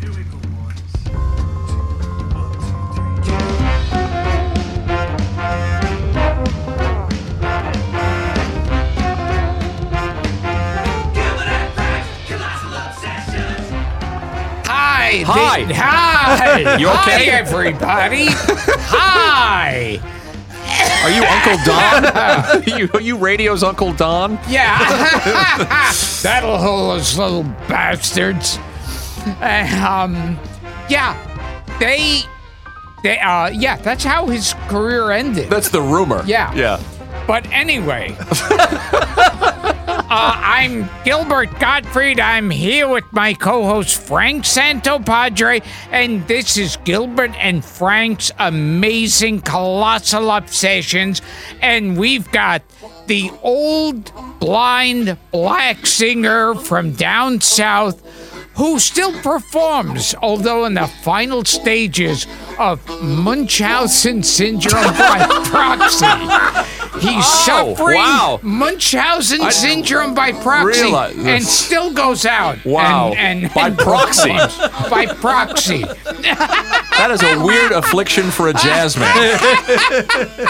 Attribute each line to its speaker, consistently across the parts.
Speaker 1: Here we go, boys. Two, one, two, three.
Speaker 2: Hi.
Speaker 3: Hi.
Speaker 2: thi- hi.
Speaker 3: You okay?
Speaker 2: Hi, everybody. hi.
Speaker 3: Are you Uncle Don? you, you radio's Uncle Don?
Speaker 2: Yeah. That'll hold us little bastards. Uh, um, yeah. They. They. Uh, yeah. That's how his career ended.
Speaker 3: That's the rumor.
Speaker 2: Yeah.
Speaker 3: Yeah.
Speaker 2: But anyway, uh, I'm Gilbert Gottfried. I'm here with my co host Frank Santopadre, and this is Gilbert and Frank's amazing colossal obsessions. And we've got the old blind black singer from down south who still performs, although in the final stages of Munchausen syndrome by proxy. He's
Speaker 3: Oh,
Speaker 2: suffering
Speaker 3: wow.
Speaker 2: Munchausen
Speaker 3: I
Speaker 2: syndrome by proxy
Speaker 3: realize this.
Speaker 2: and still goes out.
Speaker 3: Wow.
Speaker 2: And, and,
Speaker 3: By
Speaker 2: and
Speaker 3: proxy.
Speaker 2: performs by proxy.
Speaker 3: That is a weird affliction for a jazz man.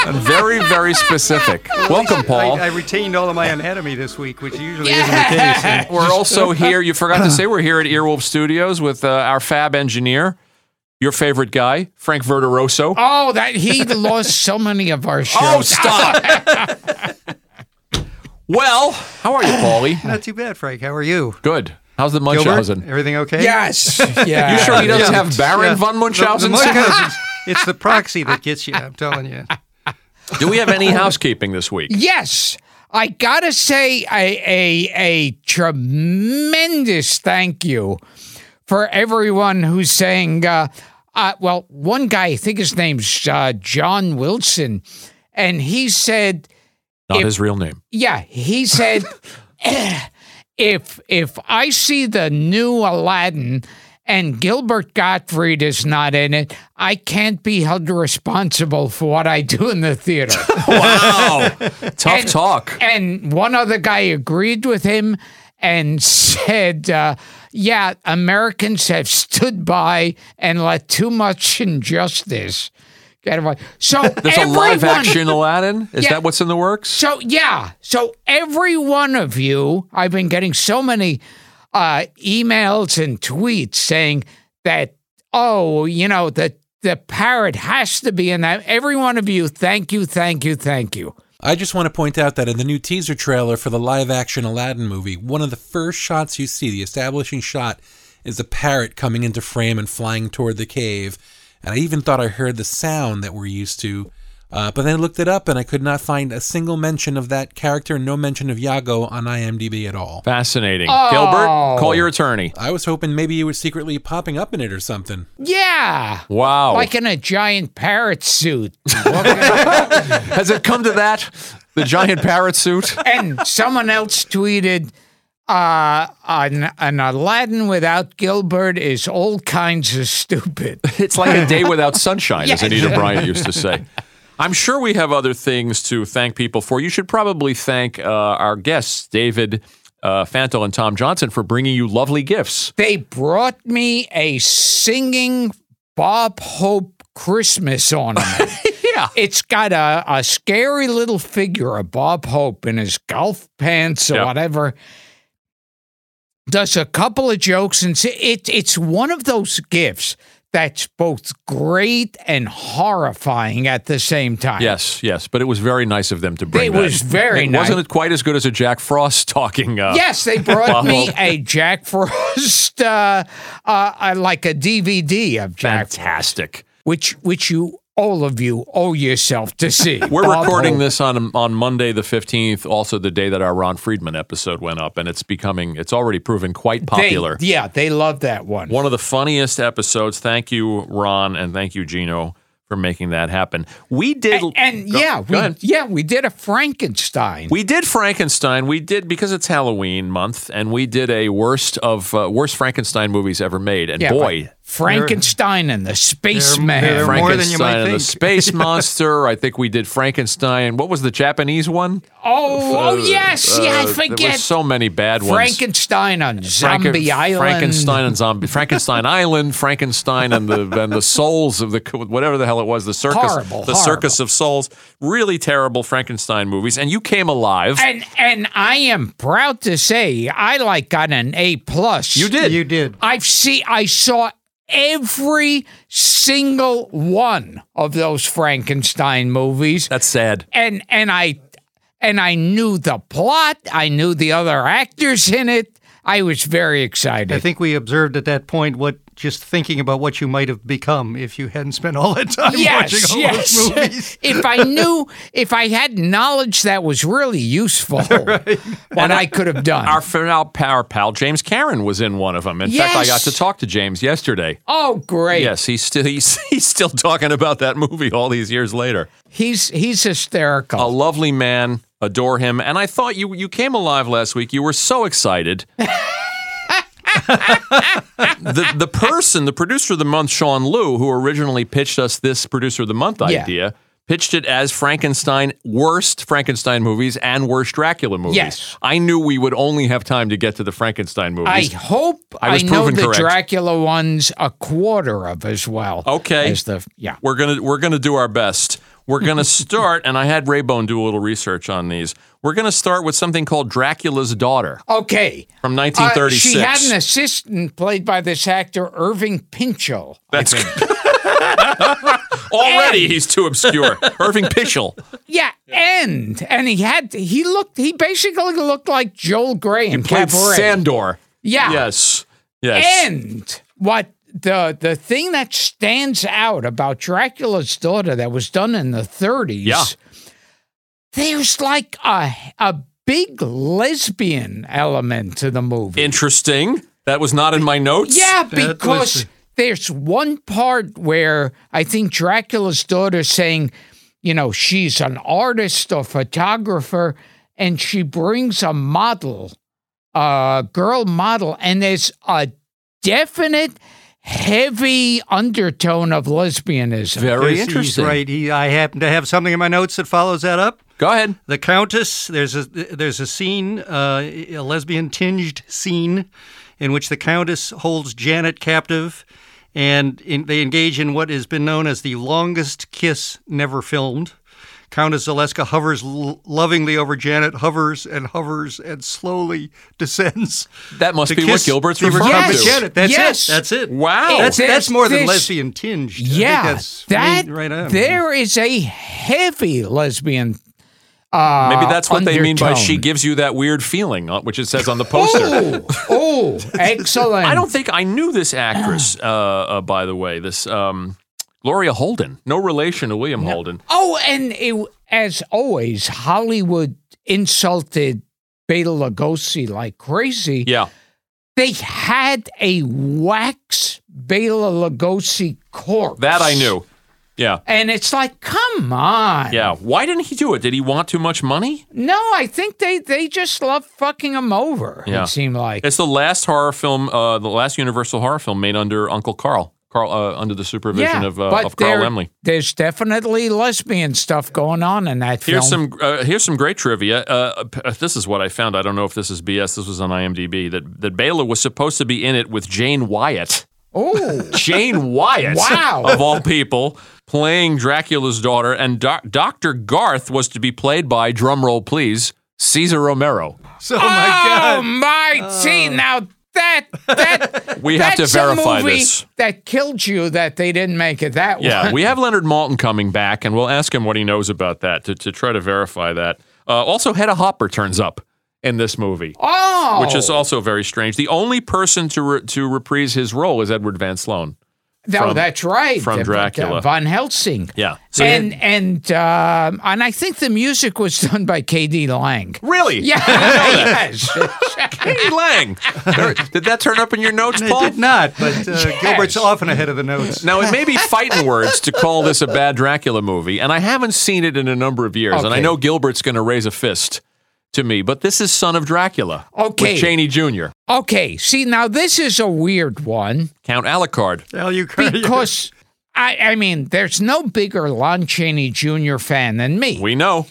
Speaker 3: and very, very specific. Welcome, Paul.
Speaker 4: I, I retained all of my anatomy this week, which usually isn't the case.
Speaker 3: We're also here. You forgot to say we're here at Earwolf Studios with uh, our fab engineer, your favorite guy, Frank Verderoso.
Speaker 2: Oh, that he lost so many of our shows.
Speaker 3: Oh, stop! well, how are you, Paulie?
Speaker 4: Not too bad, Frank. How are you?
Speaker 3: Good. How's the
Speaker 4: Gilbert?
Speaker 3: Munchausen?
Speaker 4: Everything okay?
Speaker 2: Yes. Yeah.
Speaker 3: You sure he doesn't
Speaker 4: Yeah.
Speaker 3: have Baron
Speaker 4: Yeah.
Speaker 3: von
Speaker 4: The- the
Speaker 3: Munchausen?
Speaker 4: Munchausen's- it's the proxy that gets you. I'm telling you.
Speaker 3: Do we have any housekeeping this week?
Speaker 2: Yes. I gotta say a, a a tremendous thank you for everyone who's saying. Uh, uh, well, one guy, I think his name's uh, John Wilson, and he said,
Speaker 3: Not his real name.
Speaker 2: "Yeah, he said, "Eh, if if I see the new Aladdin." And Gilbert Gottfried is not in it. I can't be held responsible for what I do in the theater.
Speaker 3: Wow. Tough
Speaker 2: And-
Speaker 3: talk.
Speaker 2: And one other guy agreed with him and said, uh, Yeah, Americans have stood by and let too much injustice get away. So
Speaker 3: There's a live
Speaker 2: everyone-
Speaker 3: action Aladdin. Is
Speaker 2: Yeah.
Speaker 3: that what's in the works?
Speaker 2: So, yeah. So, every one of you, I've been getting so many uh, emails and tweets saying that, oh, you know, that the parrot has to be in that. Every one of you, thank you, thank you, thank you.
Speaker 5: I just want to point out that in the new teaser trailer for the live action Aladdin movie, one of the first shots you see, the establishing shot, is a parrot coming into frame and flying toward the cave. And I even thought I heard the sound that we're used to. Uh, but then I looked it up and I could not find a single mention of that character and no mention of Yago on IMDb at all.
Speaker 3: Fascinating.
Speaker 2: Oh.
Speaker 3: Gilbert, call your attorney.
Speaker 5: I was hoping maybe he was secretly popping up in it or something.
Speaker 2: Yeah.
Speaker 3: Wow.
Speaker 2: like in a giant parrot suit.
Speaker 3: Has it come to that? The giant parrot suit?
Speaker 2: and someone else tweeted, uh, an, an Aladdin without Gilbert is all kinds of stupid.
Speaker 3: It's like a day without sunshine, as
Speaker 2: Yeah.
Speaker 3: Anita Bryant used to say. I'm sure we have other things to thank people for. You should probably thank uh, our guests, David uh, Fanto and Tom Johnson, for bringing you lovely gifts.
Speaker 2: They brought me a singing Bob Hope Christmas ornament.
Speaker 3: Yeah.
Speaker 2: It's got a, a scary little figure of Bob Hope in his golf pants or
Speaker 3: Yeah.
Speaker 2: whatever. Does a couple of jokes and s- it it's one of those gifts that's both great and horrifying at the same time.
Speaker 3: Yes, yes. But it was very nice of them to bring
Speaker 2: It
Speaker 3: that.
Speaker 2: was very
Speaker 3: It
Speaker 2: nice.
Speaker 3: Wasn't it quite as good as a Jack Frost talking? Uh,
Speaker 2: Yes, they brought me
Speaker 3: Bob Hope.
Speaker 2: a Jack Frost, uh, uh, uh, like a DVD of Jack,
Speaker 3: Fantastic.
Speaker 2: which which you all of you owe yourself to see.
Speaker 3: We're
Speaker 2: Bob
Speaker 3: recording
Speaker 2: Hope.
Speaker 3: this on on Monday the 15th, also the day that our Ron Friedman episode went up and it's becoming it's already proven quite
Speaker 2: They-
Speaker 3: popular.
Speaker 2: yeah, they love that one.
Speaker 3: One of the funniest episodes. Thank you Ron and thank you Gino for making that happen. We did,
Speaker 2: And, and
Speaker 3: Go-
Speaker 2: yeah,
Speaker 3: go
Speaker 2: we,
Speaker 3: ahead.
Speaker 2: yeah, we did a Frankenstein.
Speaker 3: We did Frankenstein. We did because it's Halloween month, and we did a worst of uh, worst Frankenstein movies ever made. And
Speaker 2: yeah,
Speaker 3: boy,
Speaker 2: but Frankenstein and the Spaceman.
Speaker 4: they're-
Speaker 2: Frank-
Speaker 4: More than you might
Speaker 3: Frankenstein and the
Speaker 4: think.
Speaker 3: Space Monster. I think we did Frankenstein. What was the Japanese one?
Speaker 2: oh, oh yes, yeah, I
Speaker 3: Uh, There
Speaker 2: forget.
Speaker 3: was so many bad ones.
Speaker 2: Frankenstein on
Speaker 3: Franken-
Speaker 2: Zombie Island.
Speaker 3: Frankenstein and Zombie, Frankenstein Island, Frankenstein and the and the souls of the whatever the hell it was, the circus,
Speaker 2: Horrible,
Speaker 3: the circus of souls. Really terrible Frankenstein movies, and you came alive.
Speaker 2: And and I am proud to say I like got an A plus.
Speaker 3: you did.
Speaker 4: You did.
Speaker 2: I've see I saw every single one of those Frankenstein movies.
Speaker 3: That's sad.
Speaker 2: and and I and I knew the plot. I knew the other actors in it. I was very excited.
Speaker 4: I think we observed at that point what just thinking about what you might have become if you hadn't spent all that time watching all those movies.
Speaker 2: if I knew, if I had knowledge that was really useful, what I could have done.
Speaker 3: Our, fr- our, pa- our pal James Karen was in one of them. In fact, I got
Speaker 2: Yes.
Speaker 3: to talk to James yesterday.
Speaker 2: oh, great!
Speaker 3: Yes, he's still he's, he's still talking about that movie all these years later.
Speaker 2: He's he's hysterical.
Speaker 3: A lovely man, adore him, and I thought you you came alive last week. You were so excited. the the person, the producer of the month, Sean Liu, who originally pitched us this producer of the month
Speaker 2: Yeah.
Speaker 3: idea, pitched it as Frankenstein worst Frankenstein movies and worst Dracula movies.
Speaker 2: Yes.
Speaker 3: I knew we would only have time to get to the Frankenstein movies.
Speaker 2: I hope
Speaker 3: I
Speaker 2: I,
Speaker 3: was
Speaker 2: know
Speaker 3: proven
Speaker 2: the
Speaker 3: correct.
Speaker 2: Dracula one's a quarter of as well.
Speaker 3: Okay.
Speaker 2: as the yeah.
Speaker 3: We're gonna we're gonna do our best. We're gonna start, and I had Raybone do a little research on these. We're gonna start with something called Dracula's Daughter
Speaker 2: Okay.
Speaker 3: from
Speaker 2: Uh,
Speaker 3: 1936.
Speaker 2: she had an assistant played by this actor Irving Pinchel.
Speaker 3: That's already he's too obscure. Irving Pichel.
Speaker 2: Yeah, and and he had he looked he basically looked like Joel Gray in
Speaker 3: Played
Speaker 2: Cabaret.
Speaker 3: Sandor.
Speaker 2: yeah,
Speaker 3: Yes. Yes.
Speaker 2: and what the the thing that stands out about Dracula's Daughter that was done in the 30s.
Speaker 3: Yeah.
Speaker 2: there's like a a big lesbian element to the movie.
Speaker 3: Interesting. That was not in my notes.
Speaker 2: Yeah,
Speaker 4: was-
Speaker 2: because there's one part where I think Dracula's daughter saying, you know, she's an artist or photographer, and she brings a model, a girl model, and there's a definite heavy undertone of lesbianism.
Speaker 3: Very
Speaker 4: Yes, he's
Speaker 3: interesting.
Speaker 4: right. He, I happen to have something in my notes that follows that up.
Speaker 3: Go ahead.
Speaker 4: The Countess. There's a there's a scene, uh, a lesbian tinged scene, in which the Countess holds Janet captive, and in, they engage in what has been known as the longest kiss never filmed. Countess Zaleska hovers l- lovingly over Janet, hovers and hovers and slowly descends.
Speaker 3: That must
Speaker 4: to
Speaker 3: be what
Speaker 4: kiss
Speaker 3: Gilbert's
Speaker 4: the
Speaker 3: referring
Speaker 4: recumbent
Speaker 3: to.
Speaker 4: Janet. That's
Speaker 2: Yes.
Speaker 4: it. That's it.
Speaker 3: Wow.
Speaker 4: That's
Speaker 2: There's-
Speaker 4: that's more than
Speaker 2: there's-
Speaker 4: lesbian tinged. I think
Speaker 2: Yeah,
Speaker 4: that's
Speaker 2: that
Speaker 4: right, right on.
Speaker 2: there is a heavy lesbian. Uh,
Speaker 3: Maybe that's what they mean by
Speaker 2: undertone.
Speaker 3: she gives you that weird feeling, uh, which it says on the poster.
Speaker 2: Oh, oh, excellent!
Speaker 3: I don't think I knew this actress. uh, uh, by the way, this um, Gloria Holden, no relation to William Holden.
Speaker 2: Oh, and it, as always, Hollywood insulted Beta Lugosi like crazy.
Speaker 3: Yeah,
Speaker 2: They had a wax Beta Lugosi corpse.
Speaker 3: that I knew. Yeah,
Speaker 2: And it's like, come on.
Speaker 3: yeah. Why didn't he do it? Did he want too much money?
Speaker 2: No, I think they, they just love fucking him over,
Speaker 3: Yeah.
Speaker 2: it seemed like.
Speaker 3: It's the last horror film, uh, the last Universal horror film made under Uncle Carl, Carl uh, under the supervision
Speaker 2: yeah,
Speaker 3: of, uh,
Speaker 2: but
Speaker 3: of Carl
Speaker 2: there-
Speaker 3: Emley.
Speaker 2: There's definitely lesbian stuff going on in that
Speaker 3: Here's
Speaker 2: film.
Speaker 3: some uh, here's some great trivia. Uh, p- uh, this is what I found. I don't know if this is BS. This was on IMDb that that Bela was supposed to be in it with Jane Wyatt.
Speaker 2: Oh,
Speaker 3: Jane Wyatt,
Speaker 2: Wow.
Speaker 3: of all people, playing Dracula's daughter, and doc- Dr. Garth was to be played by, drumroll please, Caesar Romero.
Speaker 4: So my
Speaker 2: Oh my! See now that that
Speaker 3: Uh. We have to
Speaker 2: that's
Speaker 3: verify
Speaker 2: a movie
Speaker 3: this.
Speaker 2: That killed you that they didn't make it that
Speaker 3: Yeah,
Speaker 2: one.
Speaker 3: we have Leonard Malton coming back, and we'll ask him what he knows about that to, to try to verify that. Uh, also, Hedda Hopper turns up in this movie,
Speaker 2: oh,
Speaker 3: which is also very strange. The only person to, re- to reprise his role is Edward Van Sloan.
Speaker 2: No,
Speaker 3: from-
Speaker 2: that's right.
Speaker 3: from
Speaker 2: Uh,
Speaker 3: Dracula.
Speaker 2: Von Helsing.
Speaker 3: Yeah. So-
Speaker 2: and and um, and I think the music was done by K.D. Lang.
Speaker 3: Really?
Speaker 2: Yeah. yes.
Speaker 3: Hey, Lang. Very- Did that turn up in your notes,
Speaker 4: It
Speaker 3: Paul?
Speaker 4: did not, but uh, Gilbert's often ahead of the notes.
Speaker 3: Now, it may be fighting words to call this a bad Dracula movie, and I haven't seen it in a number of years. And I
Speaker 2: Okay.
Speaker 3: know Gilbert's going to raise a fist to me, but this is Son of Dracula.
Speaker 2: Okay.
Speaker 3: With Cheney Jr.,
Speaker 2: okay. See, now this is a weird one
Speaker 3: Count Alucard.
Speaker 4: Al, you cry.
Speaker 2: because I I mean, there's no bigger Lon Chaney Jr. fan than me.
Speaker 3: We know.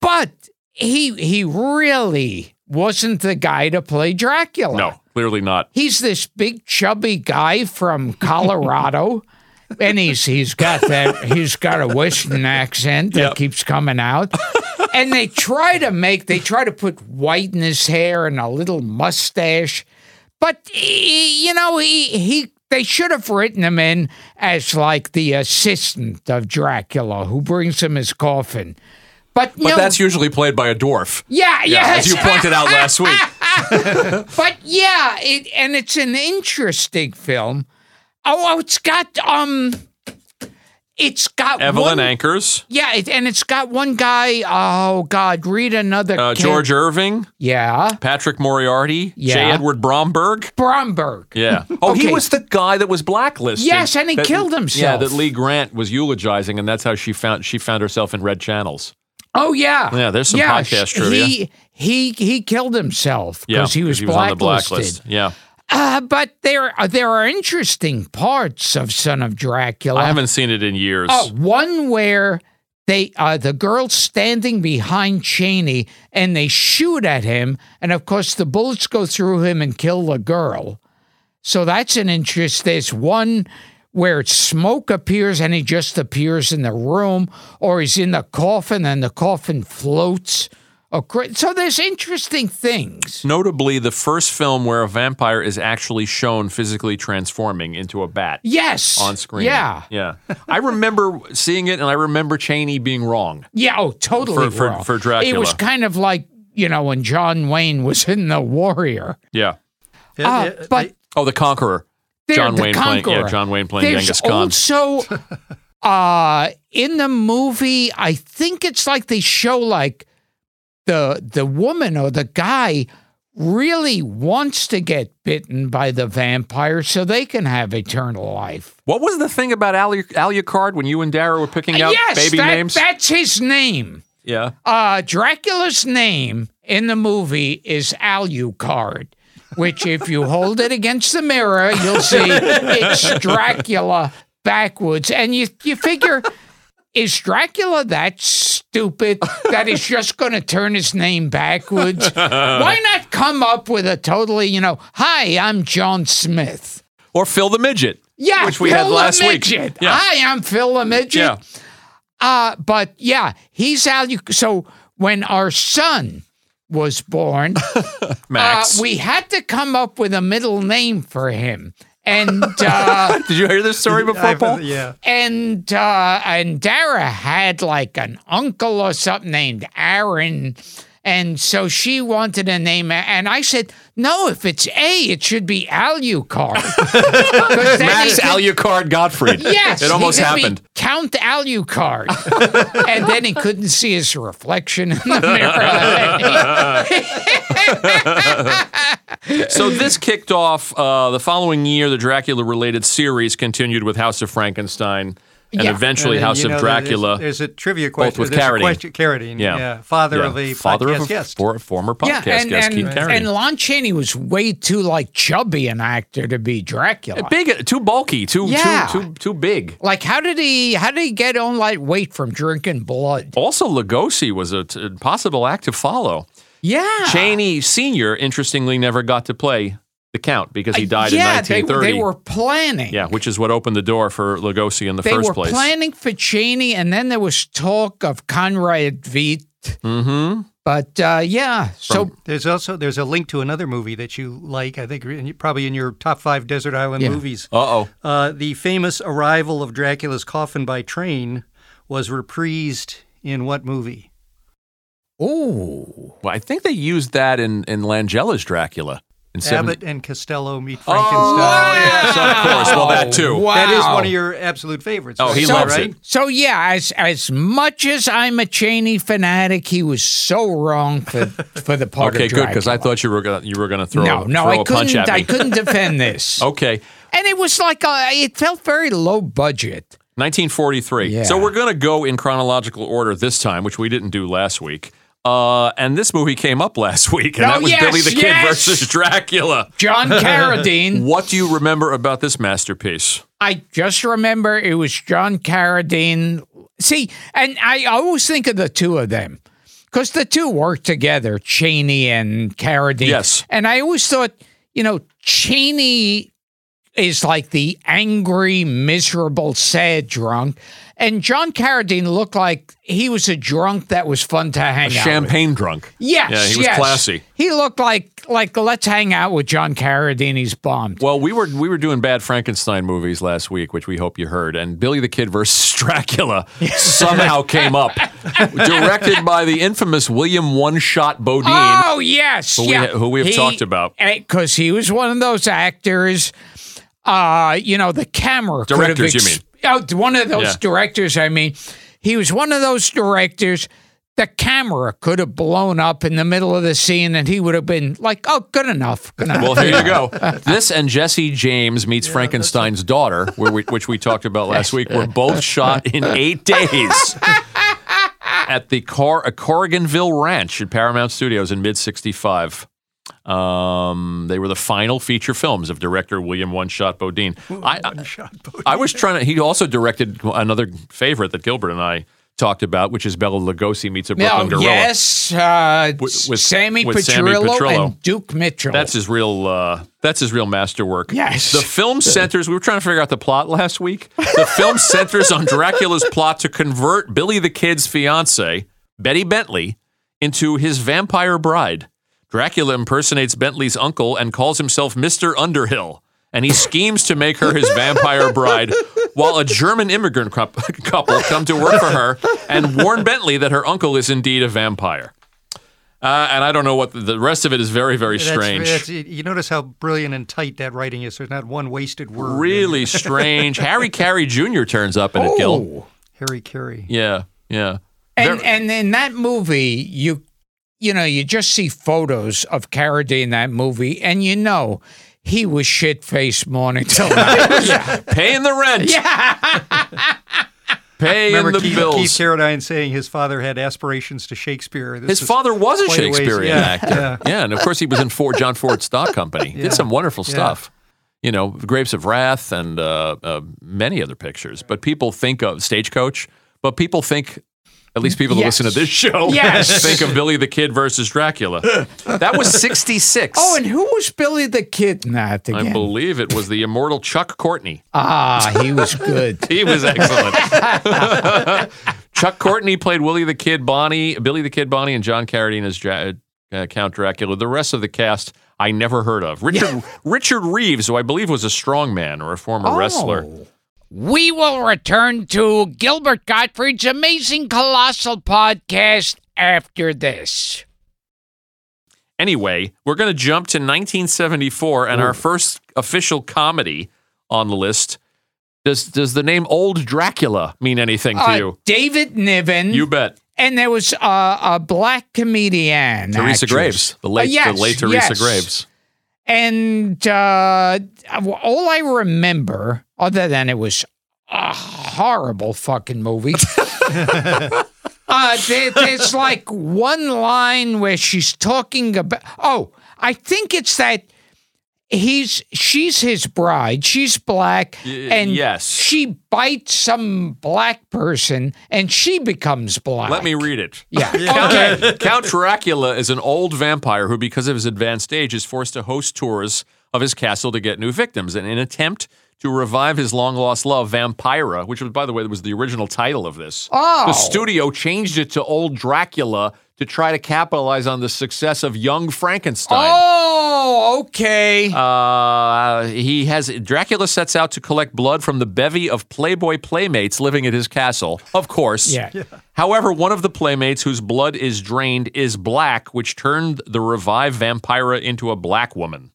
Speaker 2: but he he really wasn't the guy to play Dracula.
Speaker 3: No, clearly not.
Speaker 2: He's this big chubby guy from Colorado. And he's he's got that he's got a Western accent that keeps coming out. And they try to make they try to put white in his hair and a little mustache. But he, you know, he he they should have written him in as like the assistant of Dracula who brings him his coffin. But,
Speaker 3: But
Speaker 2: no,
Speaker 3: that's usually played by a dwarf.
Speaker 2: yeah,
Speaker 3: Yeah,
Speaker 2: yes.
Speaker 3: as you pointed out last week.
Speaker 2: But yeah, it and it's an interesting film. Oh, oh, it's got um, it's got
Speaker 3: Evelyn
Speaker 2: one,
Speaker 3: Anchors,
Speaker 2: Yeah, it, and it's got one guy. Oh God, read another.
Speaker 3: uh,
Speaker 2: kid-
Speaker 3: George Irving,
Speaker 2: Yeah,
Speaker 3: Patrick Moriarty, J.
Speaker 2: Yeah.
Speaker 3: Edward Bromberg.
Speaker 2: Bromberg.
Speaker 3: Yeah. Oh, he
Speaker 2: Okay.
Speaker 3: was the guy that was blacklisted.
Speaker 2: Yes, and he
Speaker 3: That-
Speaker 2: killed
Speaker 3: Yeah,
Speaker 2: himself.
Speaker 3: that Lee Grant was eulogizing, and that's how she found she found herself in red channels.
Speaker 2: Oh yeah.
Speaker 3: Yeah, there's some podcast
Speaker 2: sh-
Speaker 3: trivia.
Speaker 2: He he he killed himself
Speaker 3: Yeah,
Speaker 2: because he was
Speaker 3: on the
Speaker 2: blacklisted.
Speaker 3: blacklist. Yeah,
Speaker 2: Uh, but there are, there are interesting parts of Son of Dracula.
Speaker 3: I haven't seen it in years.
Speaker 2: Uh, Oh, one where they uh, the girl's standing behind Cheney and they shoot at him, and of course the bullets go through him and kill the girl. So that's an interest. There's one where smoke appears and he just appears in the room, or he's in the coffin and the coffin floats. acro- So there's interesting things.
Speaker 3: Notably, the first film where a vampire is actually shown physically transforming into a bat
Speaker 2: Yes.
Speaker 3: on screen.
Speaker 2: Yeah.
Speaker 3: yeah. I remember seeing it, and I remember Cheney being wrong.
Speaker 2: Yeah, oh, totally.
Speaker 3: For- for-
Speaker 2: wrong.
Speaker 3: for Dracula.
Speaker 2: It was kind of like, you know, when John Wayne was in The Warrior.
Speaker 3: Yeah.
Speaker 2: Uh, but
Speaker 3: Oh, the Conqueror.
Speaker 2: they're
Speaker 3: John
Speaker 2: the
Speaker 3: Wayne
Speaker 2: Conqueror.
Speaker 3: playing. Yeah, John Wayne playing
Speaker 2: There's
Speaker 3: Genghis Khan.
Speaker 2: also uh, in the movie, I think it's like they show like the the woman or the guy really wants to get bitten by the vampire so they can have eternal life.
Speaker 3: What was the thing about Alu- Alucard when you and Dara were picking out
Speaker 2: yes,
Speaker 3: baby
Speaker 2: that-
Speaker 3: names?
Speaker 2: that's his name.
Speaker 3: yeah.
Speaker 2: Uh, Dracula's name in the movie is Alucard, which, if you hold it against the mirror, you'll see it's Dracula backwards. And you, you figure, is Dracula that stupid that he's just going to turn his name backwards? Why not come up with a totally, you know, hi, I'm John Smith?
Speaker 3: Or Phil the Midget.
Speaker 2: Yeah,
Speaker 3: Which we
Speaker 2: Phil
Speaker 3: had last
Speaker 2: the
Speaker 3: week.
Speaker 2: Midget.
Speaker 3: Yeah.
Speaker 2: Hi, I'm Phil the Midget.
Speaker 3: Yeah.
Speaker 2: Uh, but yeah, he's out. So when our son was born, uh,
Speaker 3: Max.
Speaker 2: we had to come up with a middle name for him. And uh,
Speaker 3: Did you hear this story before,
Speaker 4: I've-
Speaker 3: Paul?
Speaker 4: yeah.
Speaker 2: and uh, and Dara had like an uncle or something named Aaron, and so she wanted a name. And I said, no, if it's A, it should be Alucard. 'Cause then he
Speaker 3: Max
Speaker 2: can-
Speaker 3: Alucard Gottfried.
Speaker 2: Yes,
Speaker 3: It
Speaker 2: he
Speaker 3: almost
Speaker 2: could be
Speaker 3: happened.
Speaker 2: Count Alucard, and then he couldn't see his reflection in the mirror.
Speaker 3: So this kicked off uh, the following year. The Dracula-related series continued with House of Frankenstein and
Speaker 2: Yeah.
Speaker 3: eventually
Speaker 4: And then,
Speaker 3: House
Speaker 4: you
Speaker 3: of
Speaker 4: know, there's-
Speaker 3: Dracula.
Speaker 4: There's, a trivia question.
Speaker 3: with
Speaker 4: there's a
Speaker 3: Carradine.
Speaker 4: question- Carradine,
Speaker 3: Yeah.
Speaker 4: yeah. Father
Speaker 3: Yeah.
Speaker 4: of a
Speaker 3: father
Speaker 4: podcast
Speaker 3: of a
Speaker 4: guest.
Speaker 3: for- former podcast
Speaker 2: and,
Speaker 3: guest,
Speaker 2: and,
Speaker 3: Keith Carradine.
Speaker 2: and Lon Chaney was way too like chubby an actor to be Dracula.
Speaker 3: big, too bulky, too,
Speaker 2: Yeah.
Speaker 3: too, too, too big.
Speaker 2: Like how did he how did he get on light weight from drinking blood?
Speaker 3: Also, Lugosi was a t- possible act to follow.
Speaker 2: Yeah.
Speaker 3: Cheney Sr., interestingly, never got to play the Count because he died
Speaker 2: Uh, yeah,
Speaker 3: in 1930.
Speaker 2: They, they were planning.
Speaker 3: yeah, which is what opened the door for Lugosi in the
Speaker 2: They
Speaker 3: first
Speaker 2: were
Speaker 3: place.
Speaker 2: planning for Cheney, and then there was talk of Conrad Veidt.
Speaker 3: mm-hmm.
Speaker 2: But uh, yeah, so
Speaker 4: There's also there's a link to another movie that you like. I think in- probably in your top five desert island
Speaker 2: Yeah.
Speaker 4: movies.
Speaker 3: Uh-oh.
Speaker 4: Uh, the famous arrival of Dracula's coffin by train was reprised in what movie?
Speaker 2: ooh.
Speaker 3: Well, I think they used that in, in Langella's Dracula. in
Speaker 4: Abbott
Speaker 3: 70-
Speaker 4: and Costello meet Frankenstein.
Speaker 3: Oh,
Speaker 4: Oh,
Speaker 3: yes, of course. Well, that too.
Speaker 2: Wow.
Speaker 4: That is one of your absolute favorites.
Speaker 3: Oh, he
Speaker 4: right?
Speaker 3: loves
Speaker 4: right?
Speaker 3: it.
Speaker 2: So yeah, as as much as I'm a Cheney fanatic, he was so wrong for for the part.
Speaker 3: Okay,
Speaker 2: of
Speaker 3: good because I
Speaker 2: Dracula.
Speaker 3: thought you were gonna you were gonna throw
Speaker 2: no, no,
Speaker 3: throw
Speaker 2: I
Speaker 3: a punch
Speaker 2: couldn't.
Speaker 3: at me. Oh.
Speaker 2: I couldn't defend this.
Speaker 3: Okay,
Speaker 2: And it was like uh it felt very low budget.
Speaker 3: 1943.
Speaker 2: Yeah.
Speaker 3: So we're going to go in chronological order this time, which we didn't do last week. Uh, and this movie came up last week, and
Speaker 2: Oh,
Speaker 3: that was
Speaker 2: yes,
Speaker 3: Billy the
Speaker 2: yes!
Speaker 3: Kid versus Dracula.
Speaker 2: John Carradine.
Speaker 3: What do you remember about this masterpiece?
Speaker 2: I just remember it was John Carradine. See, and I always think of the two of them because the two worked together, Cheney and Carradine.
Speaker 3: Yes.
Speaker 2: And I always thought, you know, Cheney is like the angry, miserable, sad drunk. And John Carradine looked like he was a drunk that was fun to hang out with.
Speaker 3: Champagne drunk.
Speaker 2: Yes,
Speaker 3: Yeah, he was
Speaker 2: yes.
Speaker 3: classy.
Speaker 2: He looked like like let's hang out with John Carradine. He's bombed.
Speaker 3: Well, we were we were doing bad Frankenstein movies last week, which we hope you heard, and Billy the Kid versus Dracula somehow came up, directed by the infamous William One Shot Bodine.
Speaker 2: Oh yes,
Speaker 3: we
Speaker 2: yeah.
Speaker 3: ha- who we have talked about.
Speaker 2: because he was one of those actors. Uh, you know the camera could have
Speaker 3: Directors, you mean.
Speaker 2: Oh, one of those
Speaker 3: Yeah.
Speaker 2: directors. I mean, he was one of those directors. The camera could have blown up in the middle of the scene, and he would have been like, "Oh, good enough." Good enough.
Speaker 3: Well, here you go. This and Jesse James meets Frankenstein's daughter, where we, which we talked about last week, were both shot in eight days at the Cor- uh, Corriganville Ranch at Paramount Studios in mid '65. Um, they were the final feature films of director William One Shot Bodine. I, I, I was trying to. He also directed another favorite that Gilbert and I talked about, which is Bella Lugosi meets a Brooklyn
Speaker 2: No,
Speaker 3: gorilla.
Speaker 2: Oh, yes, uh,
Speaker 3: With- with-
Speaker 2: Sammy,
Speaker 3: with Sammy
Speaker 2: Petrillo
Speaker 3: Petrillo.
Speaker 2: and Duke Mitchell.
Speaker 3: That's his real. Uh, that's his real masterwork.
Speaker 2: Yes.
Speaker 3: The film centers. We were trying to figure out the plot last week. The film centers on Dracula's plot to convert Billy the Kid's fiance Betty Bentley into his vampire bride. Dracula impersonates Bentley's uncle and calls himself Mister Underhill, and he schemes to make her his vampire bride. While a German immigrant cou- couple come to work for her and warn Bentley that her uncle is indeed a vampire. Uh, and I don't know what the- the rest of it is very, very
Speaker 4: That's-
Speaker 3: strange.
Speaker 4: that's- you notice how brilliant and tight that writing is. There's not one wasted word. in
Speaker 3: really strange. Harry Carey Jr. turns up in it, Gil.
Speaker 2: Oh.
Speaker 4: Harry Carey.
Speaker 3: Yeah, yeah.
Speaker 2: And
Speaker 3: There-
Speaker 2: and in that movie, you you know, you just see photos of Carradine in that movie, and you know he was shit faced morning till night.
Speaker 3: Paying the rent. Yeah. Paying
Speaker 4: Remember
Speaker 3: the
Speaker 4: Keith,
Speaker 3: bills.
Speaker 4: Keith Carradine saying his father had aspirations to Shakespeare. This
Speaker 3: His
Speaker 4: was
Speaker 3: father was a
Speaker 4: quite ways-
Speaker 3: Shakespearean
Speaker 4: yeah,
Speaker 3: actor. Yeah. and of course he was in Ford, John Ford Stock Company. Did some wonderful stuff. You know, Grapes of Wrath and uh, uh, many other pictures. But people think of Stagecoach. But people think, at least people
Speaker 2: Yes.
Speaker 3: that listen to this show,
Speaker 2: Yes.
Speaker 3: think of Billy the Kid versus Dracula. That was '66.
Speaker 2: oh, and who was Billy the Kid in that
Speaker 3: I
Speaker 2: again?
Speaker 3: believe it was the immortal Chuck Courtney.
Speaker 2: ah, he was good.
Speaker 3: He was excellent. Chuck Courtney played Willie the Kid Bonnie, Billy the Kid Bonnie, and John Carradine as Dra- uh, Count Dracula. The rest of the cast I never heard of. Richard Richard Reeves, who I believe was a strongman or a former
Speaker 2: Oh.
Speaker 3: wrestler.
Speaker 2: We will return to Gilbert Gottfried's amazing colossal podcast after this.
Speaker 3: Anyway, we're going to jump to 1974 and our first official comedy on the list. Does does the name Old Dracula mean anything to
Speaker 2: Uh,
Speaker 3: you?
Speaker 2: David Niven.
Speaker 3: You bet.
Speaker 2: and there was uh, a black comedian.
Speaker 3: Teresa
Speaker 2: actress.
Speaker 3: Graves, the late,
Speaker 2: Uh, yes,
Speaker 3: the late Teresa
Speaker 2: yes.
Speaker 3: Graves.
Speaker 2: And uh, all I remember, other than it was a horrible fucking movie, uh, there, there's like one line where she's talking about. Oh, I think it's that he's she's his bride. She's black, and
Speaker 3: yes.
Speaker 2: she bites some black person, and she becomes black.
Speaker 3: Let me read it.
Speaker 2: Yeah. Okay.
Speaker 3: Count, Count Dracula is an old vampire who, because of his advanced age, is forced to host tours of his castle to get new victims. And in an attempt to revive his long lost love, Vampira, which was, by the way, was the original title of this,
Speaker 2: Oh.
Speaker 3: the studio changed it to Old Dracula to try to capitalize on the success of Young Frankenstein.
Speaker 2: Oh, okay.
Speaker 3: Uh, he has Dracula sets out to collect blood from the bevy of Playboy playmates living at his castle. Of course,
Speaker 2: Yeah. Yeah.
Speaker 3: However, one of the playmates whose blood is drained is black, which turned the revived vampira into a black woman.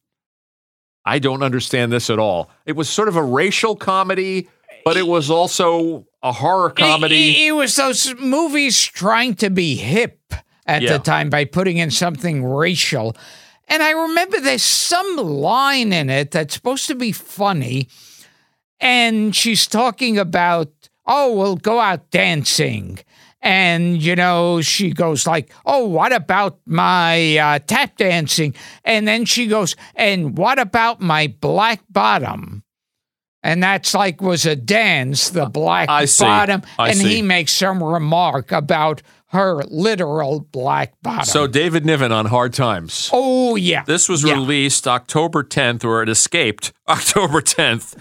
Speaker 3: I don't understand this at all. It was sort of a racial comedy, but it was also a horror
Speaker 2: It,
Speaker 3: comedy.
Speaker 2: it- it was those movies trying to be hip at the
Speaker 3: Yeah.
Speaker 2: time by putting in something racial. And I remember there's some line in it that's supposed to be funny. And she's talking about, oh, we'll go out dancing. And, you know, she goes like, oh, what about my uh, tap dancing? And then she goes, and what about my black bottom? And that's like was a dance, the black
Speaker 3: I see.
Speaker 2: bottom.
Speaker 3: I
Speaker 2: and
Speaker 3: see.
Speaker 2: he makes some remark about her literal black bottom.
Speaker 3: So David Niven on Hard Times.
Speaker 2: oh, yeah.
Speaker 3: This was
Speaker 2: Yeah.
Speaker 3: released October 10th, or it escaped October 10th,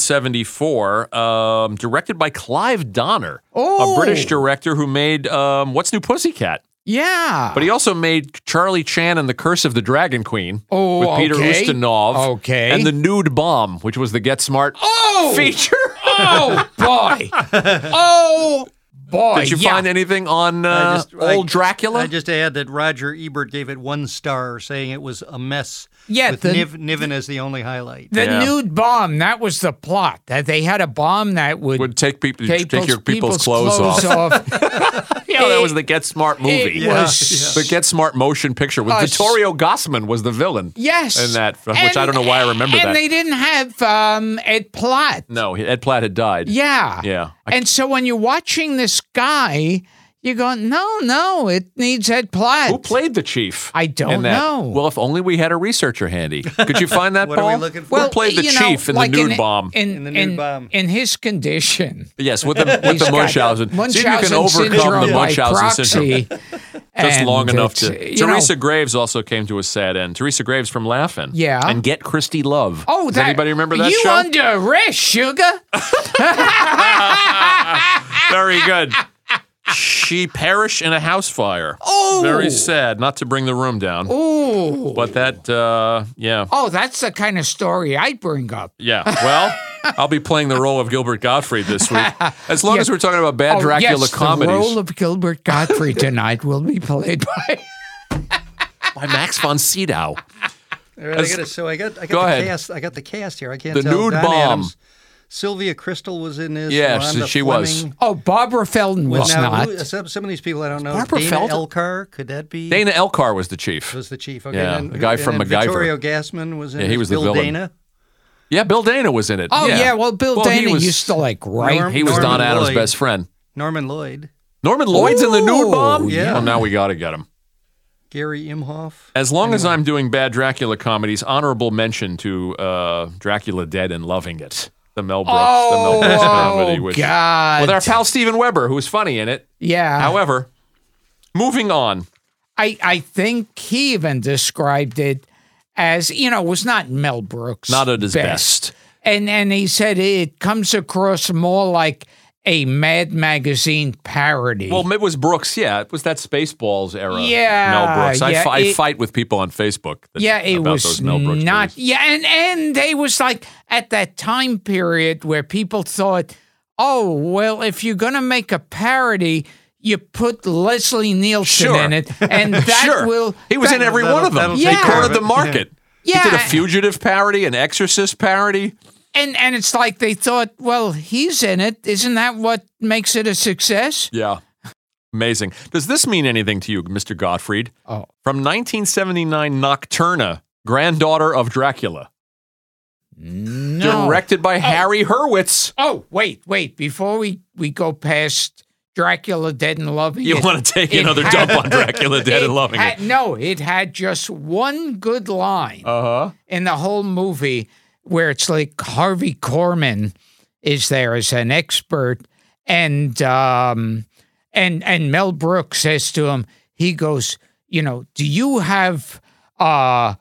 Speaker 3: 1974. Um, directed by Clive Donner,
Speaker 2: Oh.
Speaker 3: a British director who made um, What's New Pussycat.
Speaker 2: Yeah.
Speaker 3: But he also made Charlie Chan and the Curse of the Dragon Queen
Speaker 2: Oh,
Speaker 3: with Peter
Speaker 2: okay.
Speaker 3: Ustinov.
Speaker 2: Okay.
Speaker 3: And the Nude Bomb, which was the Get Smart
Speaker 2: oh,
Speaker 3: feature.
Speaker 2: oh, boy. Oh, boy.
Speaker 3: Did you
Speaker 2: yeah.
Speaker 3: find anything on
Speaker 4: I
Speaker 3: uh,
Speaker 4: just-
Speaker 3: old
Speaker 4: I-
Speaker 3: Dracula?
Speaker 4: I just add that Roger Ebert gave it one star, saying it was a mess.
Speaker 2: Yeah,
Speaker 4: with
Speaker 2: the-
Speaker 4: Niv- Niven as the only highlight.
Speaker 2: The
Speaker 3: Yeah.
Speaker 2: nude bomb, that was the plot. That they had a bomb that would,
Speaker 3: would take people
Speaker 2: take,
Speaker 3: take, your people's, clothes, off.
Speaker 2: yeah,
Speaker 3: Oh, that was the Get Smart movie.
Speaker 2: It was
Speaker 3: The Get Smart motion picture with
Speaker 2: Uh,
Speaker 3: Vittorio Gossman was the villain.
Speaker 2: Yes.
Speaker 3: In that, which I don't know why I remember
Speaker 2: and
Speaker 3: that.
Speaker 2: they didn't have um, a plot.
Speaker 3: no, Ed Platt had died.
Speaker 2: Yeah.
Speaker 3: Yeah. I-
Speaker 2: And so when you're watching this guy, you're going, no, no, it needs Ed Platt.
Speaker 3: Who played the chief?
Speaker 2: I
Speaker 3: in
Speaker 2: don't
Speaker 3: that?
Speaker 2: know.
Speaker 3: Well, if only we had a researcher handy. Could you find that
Speaker 4: What are we
Speaker 3: Paul?
Speaker 4: looking for?
Speaker 3: Who played the
Speaker 2: you know,
Speaker 3: chief in
Speaker 2: like
Speaker 3: the nude bomb?
Speaker 2: In,
Speaker 4: In the nude
Speaker 2: in-
Speaker 4: bomb.
Speaker 2: In his condition.
Speaker 3: yes, with the with
Speaker 2: He's
Speaker 3: the
Speaker 2: got
Speaker 3: Munchausen. See if you can
Speaker 2: Munchausen
Speaker 3: overcome
Speaker 2: syndrome
Speaker 3: the
Speaker 2: by
Speaker 3: Munchausen syndrome.
Speaker 2: proxy.
Speaker 3: Just
Speaker 2: And
Speaker 3: long enough
Speaker 2: it's,
Speaker 3: to.
Speaker 2: you know-
Speaker 3: Teresa Graves also came to a sad end. Teresa Graves from Laughing.
Speaker 2: Yeah.
Speaker 3: And Get Christy Love.
Speaker 2: Oh,
Speaker 3: Does
Speaker 2: that,
Speaker 3: anybody remember that
Speaker 2: you
Speaker 3: show?
Speaker 2: under arrest, sugar.
Speaker 3: Very good. She perished in a house fire.
Speaker 2: Oh.
Speaker 3: Very sad. Not to bring the room down.
Speaker 2: Ooh.
Speaker 3: But that, uh, yeah.
Speaker 2: Oh, that's the kind of story I'd bring up.
Speaker 3: Yeah. Well, I'll be playing the role of Gilbert Gottfried this week. As long as we're talking about bad
Speaker 2: Oh,
Speaker 3: Dracula
Speaker 2: yes,
Speaker 3: comedies
Speaker 2: The role of Gilbert Godfrey tonight will be played by.
Speaker 3: by Max von Sydow.
Speaker 4: All right, I
Speaker 3: As-
Speaker 4: got it. So I got I got
Speaker 3: Go
Speaker 4: the
Speaker 3: ahead.
Speaker 4: cast. I got the cast here. I can't
Speaker 3: The
Speaker 4: tell.
Speaker 3: nude
Speaker 4: Don
Speaker 3: bomb.
Speaker 4: Adams. Sylvia Crystal was in this.
Speaker 3: Yes,
Speaker 4: Rhonda
Speaker 3: she was.
Speaker 4: Fleming.
Speaker 2: Oh, Barbara Felden was
Speaker 4: now,
Speaker 2: not.
Speaker 4: who- some, some of these people I don't know.
Speaker 3: Barbara
Speaker 4: Dana
Speaker 3: Felden?
Speaker 4: Elkar, could that be?
Speaker 3: Dana Elcar was the chief.
Speaker 4: was the chief. Okay,
Speaker 3: Yeah,
Speaker 4: and
Speaker 3: the guy
Speaker 4: and
Speaker 3: from
Speaker 4: then
Speaker 3: MacGyver.
Speaker 4: Vittorio Gassman was in.
Speaker 3: Yeah, he
Speaker 4: this.
Speaker 3: was the
Speaker 4: Bill
Speaker 3: villain.
Speaker 4: Dana.
Speaker 3: Yeah, Bill Dana was in it.
Speaker 2: oh, yeah.
Speaker 3: yeah.
Speaker 2: Well, Bill
Speaker 3: Well, he
Speaker 2: Dana
Speaker 3: was-
Speaker 2: used to like write.
Speaker 4: Norm-
Speaker 3: He was
Speaker 4: Norman
Speaker 3: Don Adams'
Speaker 4: Lloyd.
Speaker 3: best friend.
Speaker 4: Norman Lloyd,
Speaker 3: Norman Lloyd's in the nude
Speaker 2: Ooh,
Speaker 3: bomb.
Speaker 4: yeah.
Speaker 3: Well, now we got to get him.
Speaker 4: Gary Imhoff.
Speaker 3: As long as I'm doing bad Dracula comedies, honorable mention to uh, Dracula Dead and Loving It, the Mel Brooks,
Speaker 2: Oh,
Speaker 3: the Mel Brooks comedy
Speaker 2: oh
Speaker 3: with,
Speaker 2: God. Ah.
Speaker 3: with our pal Steven Weber, who's funny in it.
Speaker 2: yeah.
Speaker 3: However, moving on.
Speaker 2: I, I think he even described it as, you know, it was not Mel Brooks.
Speaker 3: Not at his best.
Speaker 2: And and he said it comes across more like a Mad Magazine parody.
Speaker 3: Well, it was Brooks. Yeah, it was that Spaceballs era.
Speaker 2: Yeah,
Speaker 3: Mel Brooks. I,
Speaker 2: yeah,
Speaker 3: fi- I
Speaker 2: it-
Speaker 3: fight with people on Facebook. that-
Speaker 2: yeah, it
Speaker 3: about
Speaker 2: was
Speaker 3: those Mel Brooks
Speaker 2: not.
Speaker 3: movies.
Speaker 2: Yeah, and and they was like at that time period where people thought, oh well, if you're gonna make a parody. You put Leslie Nielsen
Speaker 3: Sure.
Speaker 2: in it, and that
Speaker 3: sure.
Speaker 2: will.
Speaker 3: he was in
Speaker 2: that-
Speaker 3: every
Speaker 4: that'll-
Speaker 3: one of them.
Speaker 4: that'll
Speaker 3: He
Speaker 2: take care
Speaker 3: cornered
Speaker 4: of
Speaker 3: the
Speaker 4: it.
Speaker 3: market.
Speaker 2: Yeah.
Speaker 3: He did a fugitive parody, an exorcist parody.
Speaker 2: And and it's like they thought, well, he's in it. Isn't that what makes it a success?
Speaker 3: Yeah. Amazing. Does this mean anything to you, Mr. Gottfried?
Speaker 2: Oh.
Speaker 3: From 1979 Nocturna, Granddaughter of Dracula,
Speaker 2: No.
Speaker 3: directed by Harry Hurwitz.
Speaker 2: Oh, wait, wait. Before we we go past Dracula Dead and Loving
Speaker 3: You
Speaker 2: It,
Speaker 3: want to take
Speaker 2: it
Speaker 3: another
Speaker 2: had-
Speaker 3: dump on Dracula Dead and Loving
Speaker 2: had-
Speaker 3: It?
Speaker 2: No, it had just one good line
Speaker 3: Uh huh.
Speaker 2: in the whole movie where it's like Harvey Korman is there as an expert, and um, and and Mel Brooks says to him, he goes, you know, do you have uh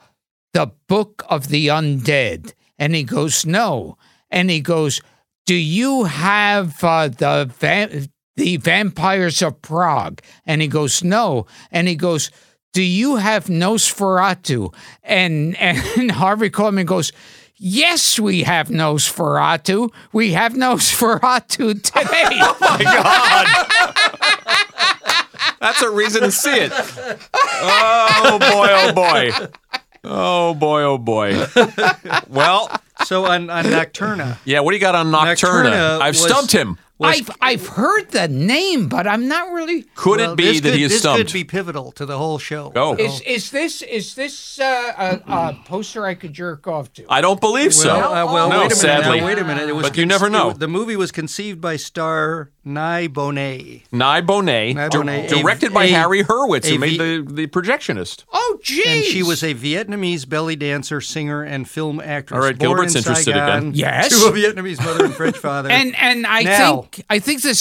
Speaker 2: the book of the undead? And he goes, no. And he goes, do you have uh, the va- the vampires of Prague? And he goes, no. And he goes, do you have Nosferatu? And and Harvey Coleman goes, yes, we have Nosferatu. We have Nosferatu today.
Speaker 3: My God. That's a reason to see it. Oh boy, oh boy. Oh boy, oh boy. well,
Speaker 4: So on, on Nocturna.
Speaker 3: yeah, what do you got on Nocturna?
Speaker 4: Nocturna
Speaker 3: I've
Speaker 4: was-
Speaker 3: stumped him.
Speaker 2: I've, I've heard the name, but I'm not really.
Speaker 3: Could
Speaker 4: Well,
Speaker 3: it be
Speaker 4: this
Speaker 3: that
Speaker 4: could,
Speaker 3: he is
Speaker 4: this
Speaker 3: stumped?
Speaker 4: could be pivotal to the whole show.
Speaker 3: Oh.
Speaker 2: Is is this is this uh, a, a poster I could jerk off to?
Speaker 3: I don't believe so.
Speaker 4: Well, uh, well,
Speaker 3: no,
Speaker 4: wait a minute.
Speaker 3: sadly.
Speaker 4: Now, wait a minute. It was
Speaker 3: But you
Speaker 4: con-
Speaker 3: never know.
Speaker 4: it- the movie was conceived by star Nye Bonet.
Speaker 3: Nye Bonet,
Speaker 4: Nye
Speaker 3: dir-
Speaker 4: Bonet, a-
Speaker 3: directed by
Speaker 4: a-
Speaker 3: Harry Hurwitz,
Speaker 4: a
Speaker 3: who made the,
Speaker 4: V-
Speaker 3: the projectionist.
Speaker 2: oh, geez.
Speaker 4: And she was a Vietnamese belly dancer, singer, and film actress.
Speaker 3: All right,
Speaker 4: born
Speaker 3: Gilbert's
Speaker 4: in
Speaker 3: interested
Speaker 4: Saigon,
Speaker 3: again.
Speaker 2: Yes.
Speaker 4: To a Vietnamese mother and French father.
Speaker 2: And and I
Speaker 4: Now-
Speaker 2: think I think the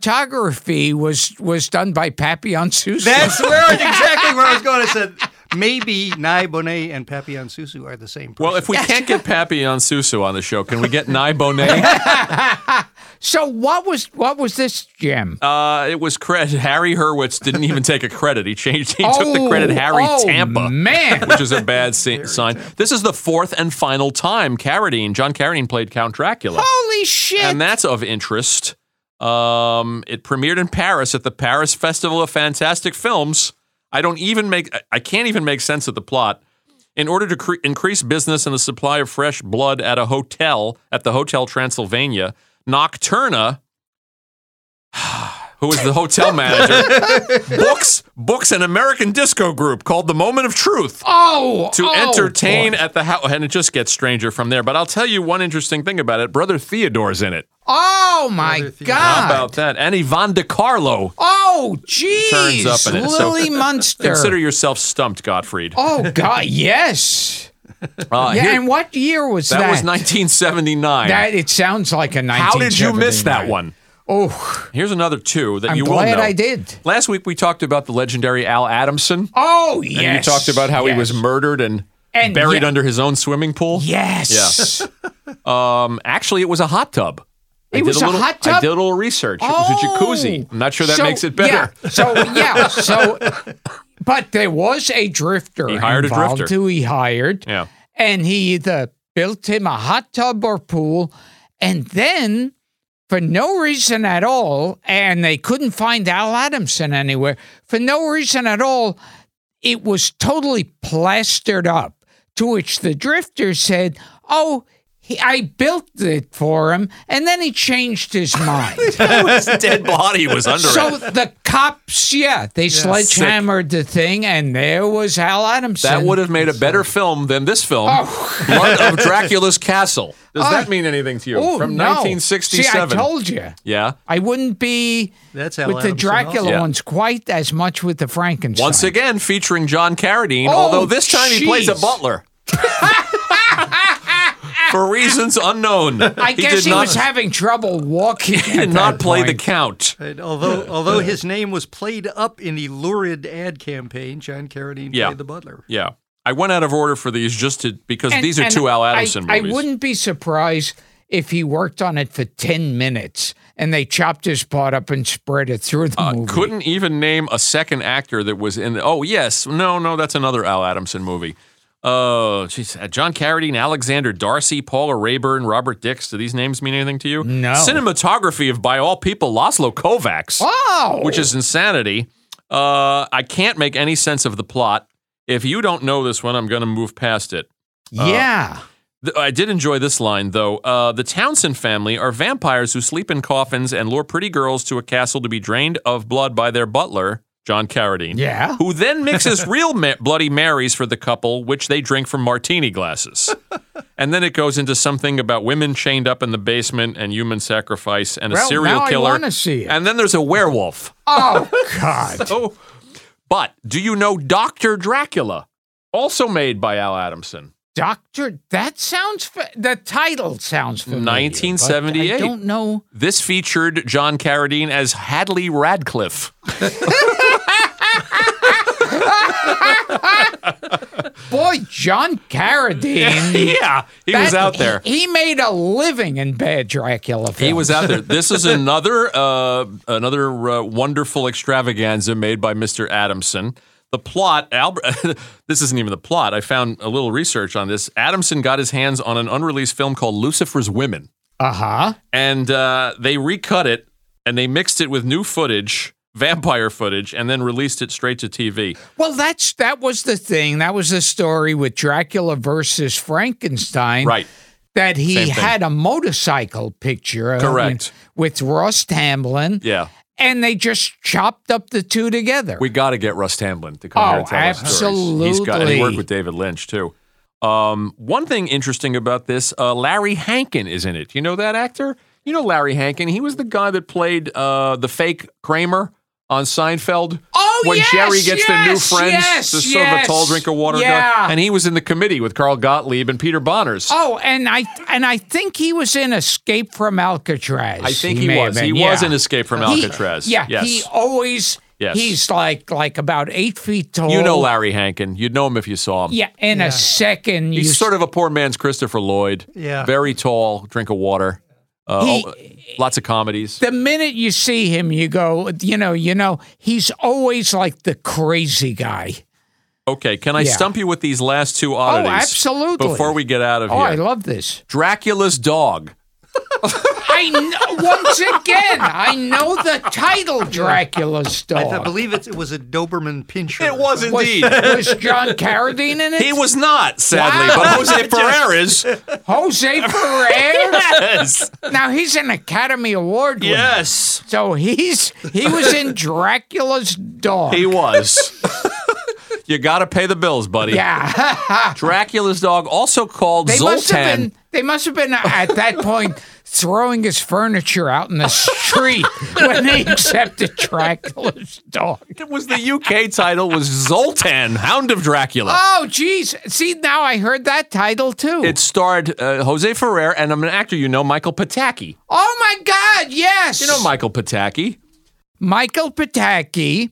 Speaker 2: cinematography was was done by Papillon Sousa.
Speaker 4: that's where exactly where I was going. I said maybe Nye Bonet and Papillon Susu are the same person.
Speaker 3: Well, if we can't get Papillon Susu on the show, can we get Nye Bonet?
Speaker 2: so what was what was this gem?
Speaker 3: uh, it was credit. Harry Hurwitz didn't even take a credit. He changed. He took the credit. Harry
Speaker 2: oh,
Speaker 3: Tampa.
Speaker 2: Man,
Speaker 3: which is a bad si- sign. This is the fourth and final time Carradine, John Carradine played Count Dracula.
Speaker 2: holy shit!
Speaker 3: and that's of interest. Um, it premiered in Paris at the Paris Festival of Fantastic Films. I don't even make, I- I can't even make sense of the plot. In order to cre- increase business and the supply of fresh blood at a hotel, at the Hotel Transylvania, Nocturna, who is the hotel manager, books books an American disco group called The Moment of Truth
Speaker 2: oh,
Speaker 3: to
Speaker 2: oh,
Speaker 3: entertain
Speaker 2: boy.
Speaker 3: at the house, and it just gets stranger from there. But I'll tell you one interesting thing about it: Brother Theodore's in it.
Speaker 2: Oh my
Speaker 4: Another thing.
Speaker 3: How
Speaker 2: god!
Speaker 3: about that? And Yvonne DiCarlo.
Speaker 2: oh jeez!
Speaker 3: Turns up in it, so-
Speaker 2: Lily Munster.
Speaker 3: Consider yourself stumped, Gottfried.
Speaker 2: Er. oh god, yes.
Speaker 3: Uh,
Speaker 2: Yeah,
Speaker 3: here-
Speaker 2: and what year was
Speaker 3: that,
Speaker 2: that?
Speaker 3: was 1979.
Speaker 2: That it sounds like a 19.
Speaker 3: How did you miss that one?
Speaker 2: Oh,
Speaker 3: Here's another two that
Speaker 2: I'm
Speaker 3: you
Speaker 2: glad
Speaker 3: will know.
Speaker 2: I did.
Speaker 3: Last week we talked about the legendary Al Adamson,
Speaker 2: Oh yes.
Speaker 3: and you talked about how he was
Speaker 2: yes.
Speaker 3: murdered and,
Speaker 2: And
Speaker 3: buried
Speaker 2: yeah-
Speaker 3: under his own swimming pool.
Speaker 2: Yes.
Speaker 3: Um, actually, it was a hot tub. I
Speaker 2: It
Speaker 3: did
Speaker 2: was a
Speaker 3: little,
Speaker 2: hot
Speaker 3: I
Speaker 2: tub?
Speaker 3: did a little research. It was a jacuzzi. I'm not sure that
Speaker 2: So,
Speaker 3: makes it better.
Speaker 2: Yeah. So yeah. So, but there was a drifter.
Speaker 3: He hired a
Speaker 2: involved
Speaker 3: drifter.
Speaker 2: Who he hired.
Speaker 3: Yeah.
Speaker 2: And he either built him a hot tub or pool, and then. For no reason at all, and they couldn't find Al Adamson anywhere. For no reason at all, it was totally plastered up. To which the drifter said, "Oh, he, I built it for him, and then he changed his mind."
Speaker 3: His dead body was under
Speaker 2: So
Speaker 3: it.
Speaker 2: the cops, yeah, they sledgehammered the thing, and there was Hal Adamson.
Speaker 3: That would have made a better film than this film,
Speaker 2: Oh.
Speaker 3: Blood of Dracula's Castle. Does that mean anything to you?
Speaker 2: Ooh,
Speaker 3: From
Speaker 2: Oh, no.
Speaker 3: 1967.
Speaker 2: See, I told you,
Speaker 3: yeah.
Speaker 2: I wouldn't be
Speaker 4: That's Hal
Speaker 2: with
Speaker 4: Adamson
Speaker 2: the Dracula
Speaker 4: also.
Speaker 3: Yeah.
Speaker 2: ones quite as much with the Frankenstein.
Speaker 3: Once again, featuring John Carradine,
Speaker 2: Oh,
Speaker 3: although this time he plays a
Speaker 2: jeez.
Speaker 3: butler. For reasons unknown.
Speaker 2: I guess he was having trouble walking.
Speaker 3: he did not play the count.
Speaker 2: Uh,
Speaker 4: And although although his name was played up in the lurid ad campaign, John Carradine
Speaker 3: Yeah.
Speaker 4: played the butler.
Speaker 3: Yeah. I went out of order for these just to because these are two Al Adamson
Speaker 2: I,
Speaker 3: movies.
Speaker 2: I wouldn't be surprised if he worked on it for ten minutes and they chopped his part up and spread it through the movie.
Speaker 3: Uh, couldn't even name a second actor that was in. The, oh yes, no, no, that's another Al Adamson movie. Oh, geez, uh, John Carradine, Alexander Darcy, Paula Rayburn, Robert Dix. Do these names mean anything to you?
Speaker 2: No. Oh.
Speaker 3: Cinematography of, by all people, Laszlo Kovacs,
Speaker 2: Wow.
Speaker 3: which is insanity. Uh, I can't make any sense of the plot. If you don't know this one, I'm going to move past it.
Speaker 2: yeah.
Speaker 3: Th- I did enjoy this line, though. Uh, the Townsend family are vampires who sleep in coffins and lure pretty girls to a castle to be drained of blood by their butler, John Carradine.
Speaker 2: Yeah.
Speaker 3: Who then mixes real ma- Bloody Marys for the couple, which they drink from martini glasses. and then it goes into something about women chained up in the basement and human sacrifice and a
Speaker 2: Well,
Speaker 3: serial
Speaker 2: now I
Speaker 3: killer.
Speaker 2: wanna see it.
Speaker 3: And then there's a werewolf.
Speaker 2: Oh God.
Speaker 3: Oh. But do you know Dr. Dracula? Also made by Al Adamson.
Speaker 2: Doctor, that sounds. Fa- the title sounds familiar. but
Speaker 3: 1978.
Speaker 2: I don't know.
Speaker 3: This featured John Carradine as Hadley Radcliffe.
Speaker 2: Boy, John Carradine.
Speaker 3: yeah, he was
Speaker 2: that-
Speaker 3: out there.
Speaker 2: He, he made a living in bad Dracula films.
Speaker 3: He was out there. This is another uh, another uh, wonderful extravaganza made by Mr. Adamson. The plot, Albert. this isn't even the plot. I found a little research on this. Adamson got his hands on an unreleased film called Lucifer's Women.
Speaker 2: Uh huh.
Speaker 3: and uh, they recut it and they mixed it with new footage vampire footage and then released it straight to TV.
Speaker 2: Well, that's that was the thing. That was the story with Dracula versus Frankenstein.
Speaker 3: Right.
Speaker 2: That he
Speaker 3: Same thing.
Speaker 2: had a motorcycle picture of
Speaker 3: Correct.
Speaker 2: with Ross Tamblyn,
Speaker 3: Yeah.
Speaker 2: and they just chopped up the two together.
Speaker 3: We got to get Russ Tamblin to come
Speaker 2: Oh,
Speaker 3: here and tell us stories. He's got and he
Speaker 2: absolutely.
Speaker 3: worked with David Lynch too. Um, one thing interesting about this, uh, Larry Hankin is in it. You know that actor? You know Larry Hankin? He was the guy that played uh, the fake Kramer on Seinfeld.
Speaker 2: Oh,
Speaker 3: when
Speaker 2: yes,
Speaker 3: Jerry gets the new
Speaker 2: yes,
Speaker 3: friends,
Speaker 2: yes,
Speaker 3: the sort of a
Speaker 2: yes.
Speaker 3: tall drink of water
Speaker 2: Yeah.
Speaker 3: guy, and he was in the committee with Carl Gottlieb and Peter Bonners.
Speaker 2: oh, and I and I think he was in Escape from Alcatraz.
Speaker 3: I think he,
Speaker 2: may
Speaker 3: was.
Speaker 2: have
Speaker 3: He
Speaker 2: been,
Speaker 3: was
Speaker 2: yeah.
Speaker 3: in Escape from
Speaker 2: He-
Speaker 3: Alcatraz.
Speaker 2: yeah,
Speaker 3: yes.
Speaker 2: he always.
Speaker 3: Yes.
Speaker 2: He's like like about eight feet tall.
Speaker 3: you know Larry Hankin. You'd know him if you saw him.
Speaker 2: Yeah, in a second, you
Speaker 3: He's sort of a poor man's Christopher Lloyd.
Speaker 4: Yeah.
Speaker 3: Very tall, drink of water. Uh,
Speaker 2: He-
Speaker 3: all- lots of comedies.
Speaker 2: the minute you see him, you go, you know, you know, he's always like the crazy guy.
Speaker 3: Okay, can I
Speaker 2: Yeah. Oh,
Speaker 3: stump you with these last two oddities?
Speaker 2: absolutely.
Speaker 3: Before we get out of
Speaker 2: Oh,
Speaker 3: here.
Speaker 2: I love this.
Speaker 3: Dracula's dog.
Speaker 2: I kn- once again, I know the title Dracula's
Speaker 4: I,
Speaker 2: dog.
Speaker 4: th- believe it's, it was a Doberman Pinscher.
Speaker 3: It was
Speaker 2: was,
Speaker 3: indeed.
Speaker 2: was John Carradine in it?
Speaker 3: he was not, sadly,
Speaker 2: Wow.
Speaker 3: but Jose Ferreras.
Speaker 2: Jose Ferrer.
Speaker 3: Yes.
Speaker 2: Now he's an Academy Award winner.
Speaker 3: Yes.
Speaker 2: So he's he was in Dracula's dog.
Speaker 3: He was. you got to pay the bills, buddy.
Speaker 2: yeah.
Speaker 3: Dracula's dog, also called
Speaker 2: They
Speaker 3: Zoltan.
Speaker 2: must have been. They must have been at that point throwing his furniture out in the street when they accepted Dracula's dog.
Speaker 3: It was the UK title was Zoltan, Hound of Dracula.
Speaker 2: Oh, geez. See, now I heard that title too.
Speaker 3: It starred uh, Jose Ferrer and I'm an actor you know, Michael Pataki.
Speaker 2: oh my God! Yes.
Speaker 3: You know Michael Pataki.
Speaker 2: Michael Pataki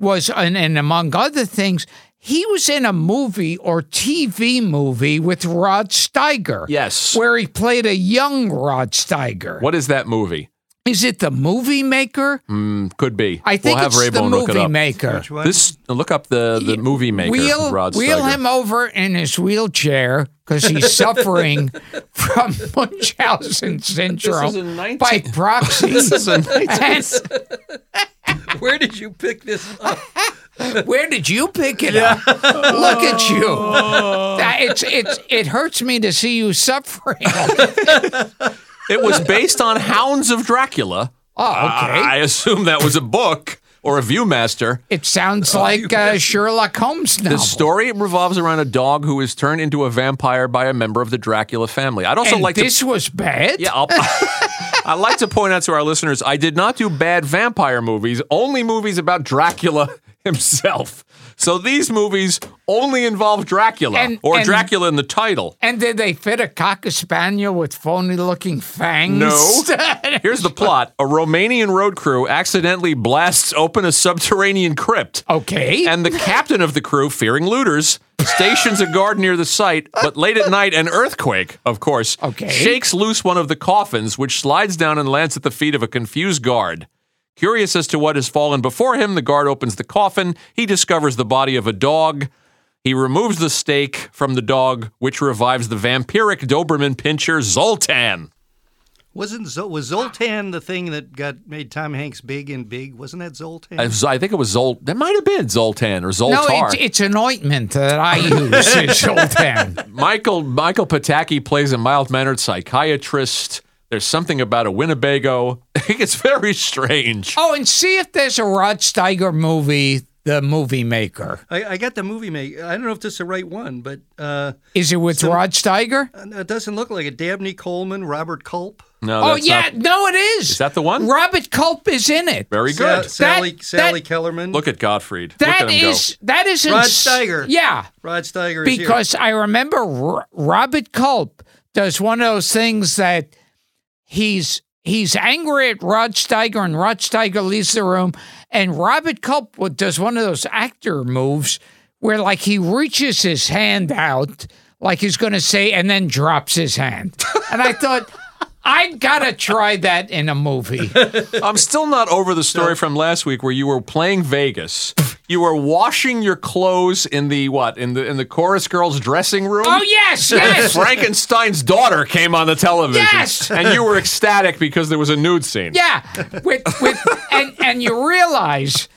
Speaker 2: was, and, and among other things, he was in a movie or TV movie with Rod Steiger.
Speaker 3: Yes.
Speaker 2: Where he played a young Rod Steiger.
Speaker 3: What is that movie?
Speaker 2: Is it the movie maker?
Speaker 3: Could be.
Speaker 2: I think
Speaker 3: we'll have
Speaker 2: it's the
Speaker 3: Raybone look it
Speaker 2: movie
Speaker 3: up.
Speaker 2: maker.
Speaker 3: This look up the the movie maker.
Speaker 2: wheel,
Speaker 3: Rod
Speaker 2: wheel
Speaker 3: Steiger.
Speaker 2: him over in his wheelchair because he's suffering from Munchausen syndrome
Speaker 3: in 19
Speaker 2: by proxy. And
Speaker 6: Where did you pick this up?
Speaker 2: where did you pick it up? Look at you.
Speaker 3: Oh.
Speaker 2: That- It's, it's, it hurts me to see you suffering.
Speaker 3: It was based on Hounds of Dracula.
Speaker 2: Oh, okay.
Speaker 3: I assume that was a book or a ViewMaster.
Speaker 2: it sounds like uh, Sherlock Holmes
Speaker 3: Oh, The
Speaker 2: novel.
Speaker 3: story revolves around a dog who is turned into a vampire by a member of the Dracula family. I'd also
Speaker 2: and
Speaker 3: like to
Speaker 2: this was bad.
Speaker 3: Yeah, I'll, I'd like to point out to our listeners, I did not do bad vampire movies, only movies about Dracula himself. So these movies only involve Dracula
Speaker 2: And-
Speaker 3: or
Speaker 2: and-
Speaker 3: Dracula in the title.
Speaker 2: And did they fit a cocker spaniel with phony looking fangs?
Speaker 3: No. Here's the plot. A Romanian road crew accidentally blasts open a subterranean crypt.
Speaker 2: okay.
Speaker 3: And the captain of the crew, fearing looters, stations a guard near the site, but late at night, an earthquake, of course,
Speaker 2: Okay.
Speaker 3: shakes loose one of the coffins, which slides down and lands at the feet of a confused guard. Curious as to what has fallen before him, the guard opens the coffin. He discovers the body of a dog. He removes the stake from the dog, which revives the vampiric Doberman pincher Zoltan.
Speaker 4: Wasn't Zo- was Zoltan the thing that got made Tom Hanks big and big? Wasn't that Zoltan?
Speaker 3: I was- I think it was Zolt. That might have been Zoltan or Zoltar.
Speaker 2: No, it's, it's an ointment that I use in Zoltan.
Speaker 3: Michael Michael Pataki plays a mild mannered psychiatrist. There's something about a Winnebago. it's very strange.
Speaker 2: Oh, and see if there's a Rod Steiger movie, The Movie Maker.
Speaker 4: I, I got the movie make. I don't know if this is the right one, but uh,
Speaker 2: Is it with Rod Steiger?
Speaker 3: Oh,
Speaker 4: it doesn't look like it. Dabney Coleman, Robert Culp,
Speaker 3: No,
Speaker 2: Oh,
Speaker 3: that's
Speaker 2: yeah.
Speaker 3: not-
Speaker 2: no, it is.
Speaker 3: Is that the one?
Speaker 2: Robert Culp is in it.
Speaker 3: very
Speaker 4: Sa-
Speaker 3: good.
Speaker 4: Sally
Speaker 2: That-
Speaker 4: Sally
Speaker 2: that-
Speaker 4: Kellerman.
Speaker 3: Look at Gottfried. Look
Speaker 2: That
Speaker 3: at him
Speaker 2: is that is
Speaker 4: Rod
Speaker 2: ins-
Speaker 4: Steiger.
Speaker 2: Yeah,
Speaker 4: Rod Steiger is here.
Speaker 2: because I remember R- Robert Culp does one of those things that he's he's angry at Rod Steiger, and Rod Steiger leaves the room, and Robert Culp w- does one of those actor moves where like he reaches his hand out like he's going to say, and then drops his hand, and I thought. I gotta try that in a movie.
Speaker 3: go. I'm still not over the story from last week where you were playing Vegas. you were washing your clothes in the what? In the in the chorus girls dressing room?
Speaker 2: Oh yes,
Speaker 3: And
Speaker 2: yes,
Speaker 3: Frankenstein's daughter came on the television.
Speaker 2: Yes!
Speaker 3: And you were ecstatic because there was a nude scene.
Speaker 2: Yeah, with with and and you realize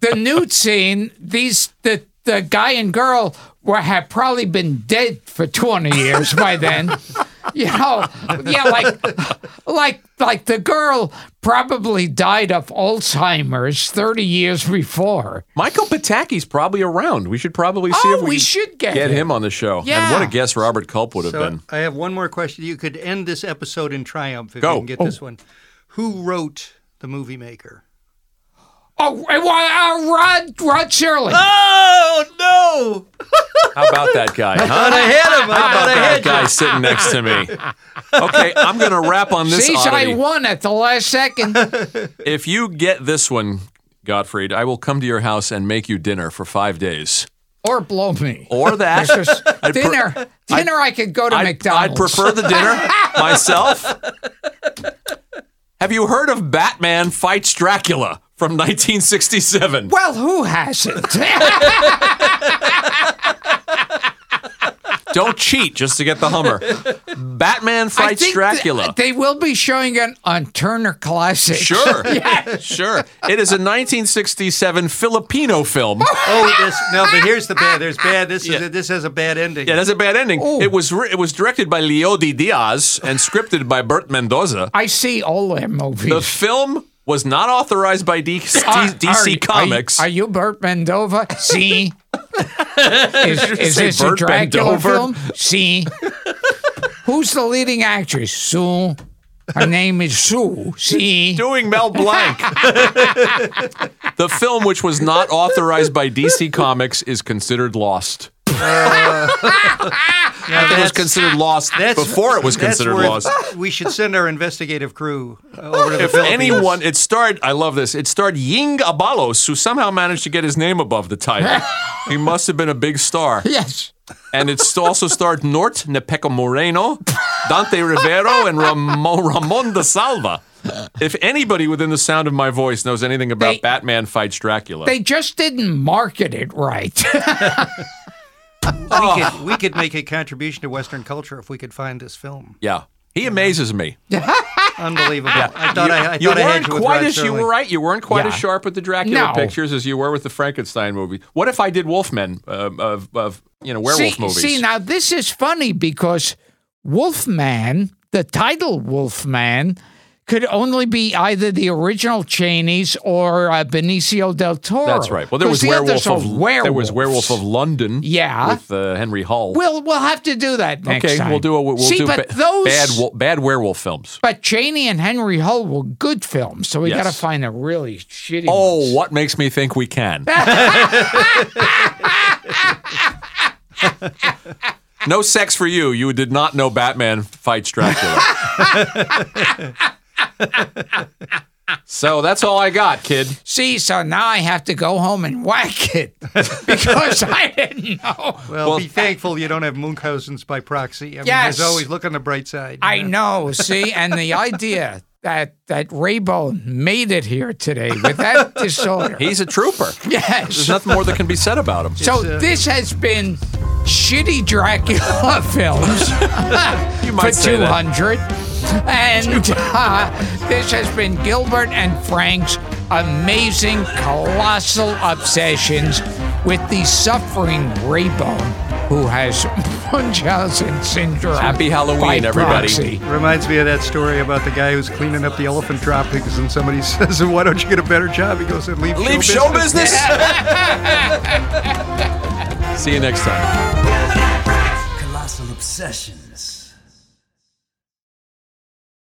Speaker 2: the nude scene, these the the guy and girl were have probably been dead for twenty years by then. You know, yeah, like like like the girl probably died of Alzheimer's thirty years before.
Speaker 3: Michael Pataki's probably around. We should probably see
Speaker 2: Oh,
Speaker 3: if we,
Speaker 2: we
Speaker 3: can
Speaker 2: should get
Speaker 3: get
Speaker 2: him.
Speaker 3: him on the show.
Speaker 2: Yeah.
Speaker 3: And what a guess Robert Culp would have
Speaker 4: So
Speaker 3: been.
Speaker 4: I have one more question. You could end this episode in triumph if
Speaker 3: Go. Oh.
Speaker 4: you can get this one. Who wrote the movie maker?
Speaker 2: Oh, it was, uh, Rod Rod Shirley.
Speaker 3: Ah!
Speaker 4: Oh no!
Speaker 3: How about that guy? Huh?
Speaker 4: Got ahead of him.
Speaker 3: How
Speaker 4: I
Speaker 3: about
Speaker 4: got
Speaker 3: that
Speaker 4: ahead.
Speaker 3: guy sitting next to me? Okay, I'm going to wrap on this
Speaker 2: See, I
Speaker 3: oddity.
Speaker 2: won at the last second.
Speaker 3: If you get this one, Gottfried, I will come to your house and make you dinner for five days.
Speaker 2: or blow me.
Speaker 3: Or that.
Speaker 2: It's just
Speaker 3: I'd pre-
Speaker 2: dinner, dinner. I could go to
Speaker 3: I'd, I'd
Speaker 2: McDonald's.
Speaker 3: prefer the dinner myself. Have you heard of Batman Fights Dracula from 1967?
Speaker 2: Well, who hasn't?
Speaker 3: Don't cheat just to get the Hummer. Batman
Speaker 2: I
Speaker 3: Fights
Speaker 2: think
Speaker 3: Dracula.
Speaker 2: th- they will be showing it on Turner Classic.
Speaker 3: sure. Sure. It is a 1967 Filipino film.
Speaker 4: Oh, this no. But here's the bad. There's bad. This is this has a bad ending.
Speaker 3: Yeah, that's a bad ending.
Speaker 2: Oh.
Speaker 3: It was re- it was directed by Leody Diaz and scripted by Bert Mendoza.
Speaker 2: I see all their movies.
Speaker 3: The film was not authorized by D- DC
Speaker 2: are-
Speaker 3: Comics.
Speaker 2: Are, you Bert Mendova? See? is is
Speaker 3: say
Speaker 2: this a
Speaker 3: Burt
Speaker 2: Dracula
Speaker 3: Bendover?
Speaker 2: film? See? Who's the leading actress? Sue. Her name is Sue. See?
Speaker 3: doing Mel Blanc. the film, which was not authorized by DC Comics, is considered lost.
Speaker 4: Now
Speaker 3: It was
Speaker 4: that's-
Speaker 3: considered lost
Speaker 4: that's-
Speaker 3: before it was
Speaker 4: that's
Speaker 3: considered
Speaker 4: worth-
Speaker 3: lost.
Speaker 4: We should send our investigative crew uh, over to the
Speaker 3: If
Speaker 4: Philippines.
Speaker 3: anyone, it starred, I love this, it starred Ying Abalos, who somehow managed to get his name above the title. he must have been a big star.
Speaker 2: Yes.
Speaker 3: And it st- also starred Nort Nepeco Moreno, Dante Rivero, and Ramon, Ramon de Salva. If anybody within the sound of my voice knows anything about
Speaker 2: They-
Speaker 3: Batman Fights Dracula,
Speaker 2: They just didn't market it right.
Speaker 4: we,
Speaker 3: Oh.
Speaker 4: could, we could make a contribution to Western culture if we could find this film.
Speaker 3: yeah, he amazes me.
Speaker 4: Unbelievable. I thought I, I
Speaker 3: you
Speaker 4: thought I had
Speaker 3: weren't
Speaker 4: you with
Speaker 3: quite
Speaker 4: Rod
Speaker 3: as you
Speaker 4: Serling.
Speaker 3: were right. You weren't quite
Speaker 2: Yeah.
Speaker 3: as sharp with the Dracula
Speaker 2: No.
Speaker 3: pictures as you were with the Frankenstein movie. What if I did Wolfman uh, of, of you know werewolf
Speaker 2: see,
Speaker 3: movies?
Speaker 2: See, now this is funny because Wolfman, the title Wolfman, could only be either the original Cheney's or uh, Benicio del Toro.
Speaker 3: That's right. Well, there
Speaker 2: 'Cause
Speaker 3: was
Speaker 2: the
Speaker 3: werewolf
Speaker 2: others are
Speaker 3: of there was werewolf of
Speaker 2: werewolves.
Speaker 3: London.
Speaker 2: Yeah.
Speaker 3: with uh, Henry Hall.
Speaker 2: We'll we'll have to do that next
Speaker 3: okay,
Speaker 2: time.
Speaker 3: we'll do a we'll
Speaker 2: see,
Speaker 3: do
Speaker 2: but
Speaker 3: ba-
Speaker 2: those
Speaker 3: bad wo- bad werewolf films.
Speaker 2: But Cheney and Henry Hull were good films, so we
Speaker 3: Yes.
Speaker 2: got to find a really shitty.
Speaker 3: Oh,
Speaker 2: ones.
Speaker 3: what makes me think we can? no sex for you. You did not know Batman fights Dracula. so that's all I got, kid.
Speaker 2: See, so now I have to go home and whack it because I didn't know.
Speaker 4: Well,
Speaker 3: Well-
Speaker 4: be thankful you don't have Munchausen's by proxy. I mean,
Speaker 2: Yes.
Speaker 4: there's always look on the bright side. you
Speaker 2: I know. See, and the idea that that Raybone made it here today with that disorder.
Speaker 3: He's a trooper. There's
Speaker 2: yes.
Speaker 3: nothing more that can be said about him.
Speaker 2: So this has been shitty Dracula films
Speaker 3: You
Speaker 2: for
Speaker 3: might say
Speaker 2: two
Speaker 3: that.
Speaker 2: hundred, and uh, this has been Gilbert and Frank's amazing colossal obsessions with the suffering Raybone who has Munchausen syndrome.
Speaker 3: Happy Halloween,
Speaker 2: by
Speaker 3: everybody.
Speaker 2: proxy.
Speaker 4: Reminds me of that story about the guy who's cleaning up the elephant droppings, and somebody says, "Why don't you get a better job?" He goes, "And leave,
Speaker 3: Leave
Speaker 4: show
Speaker 3: show business. See you next time.
Speaker 6: Colossal obsessions.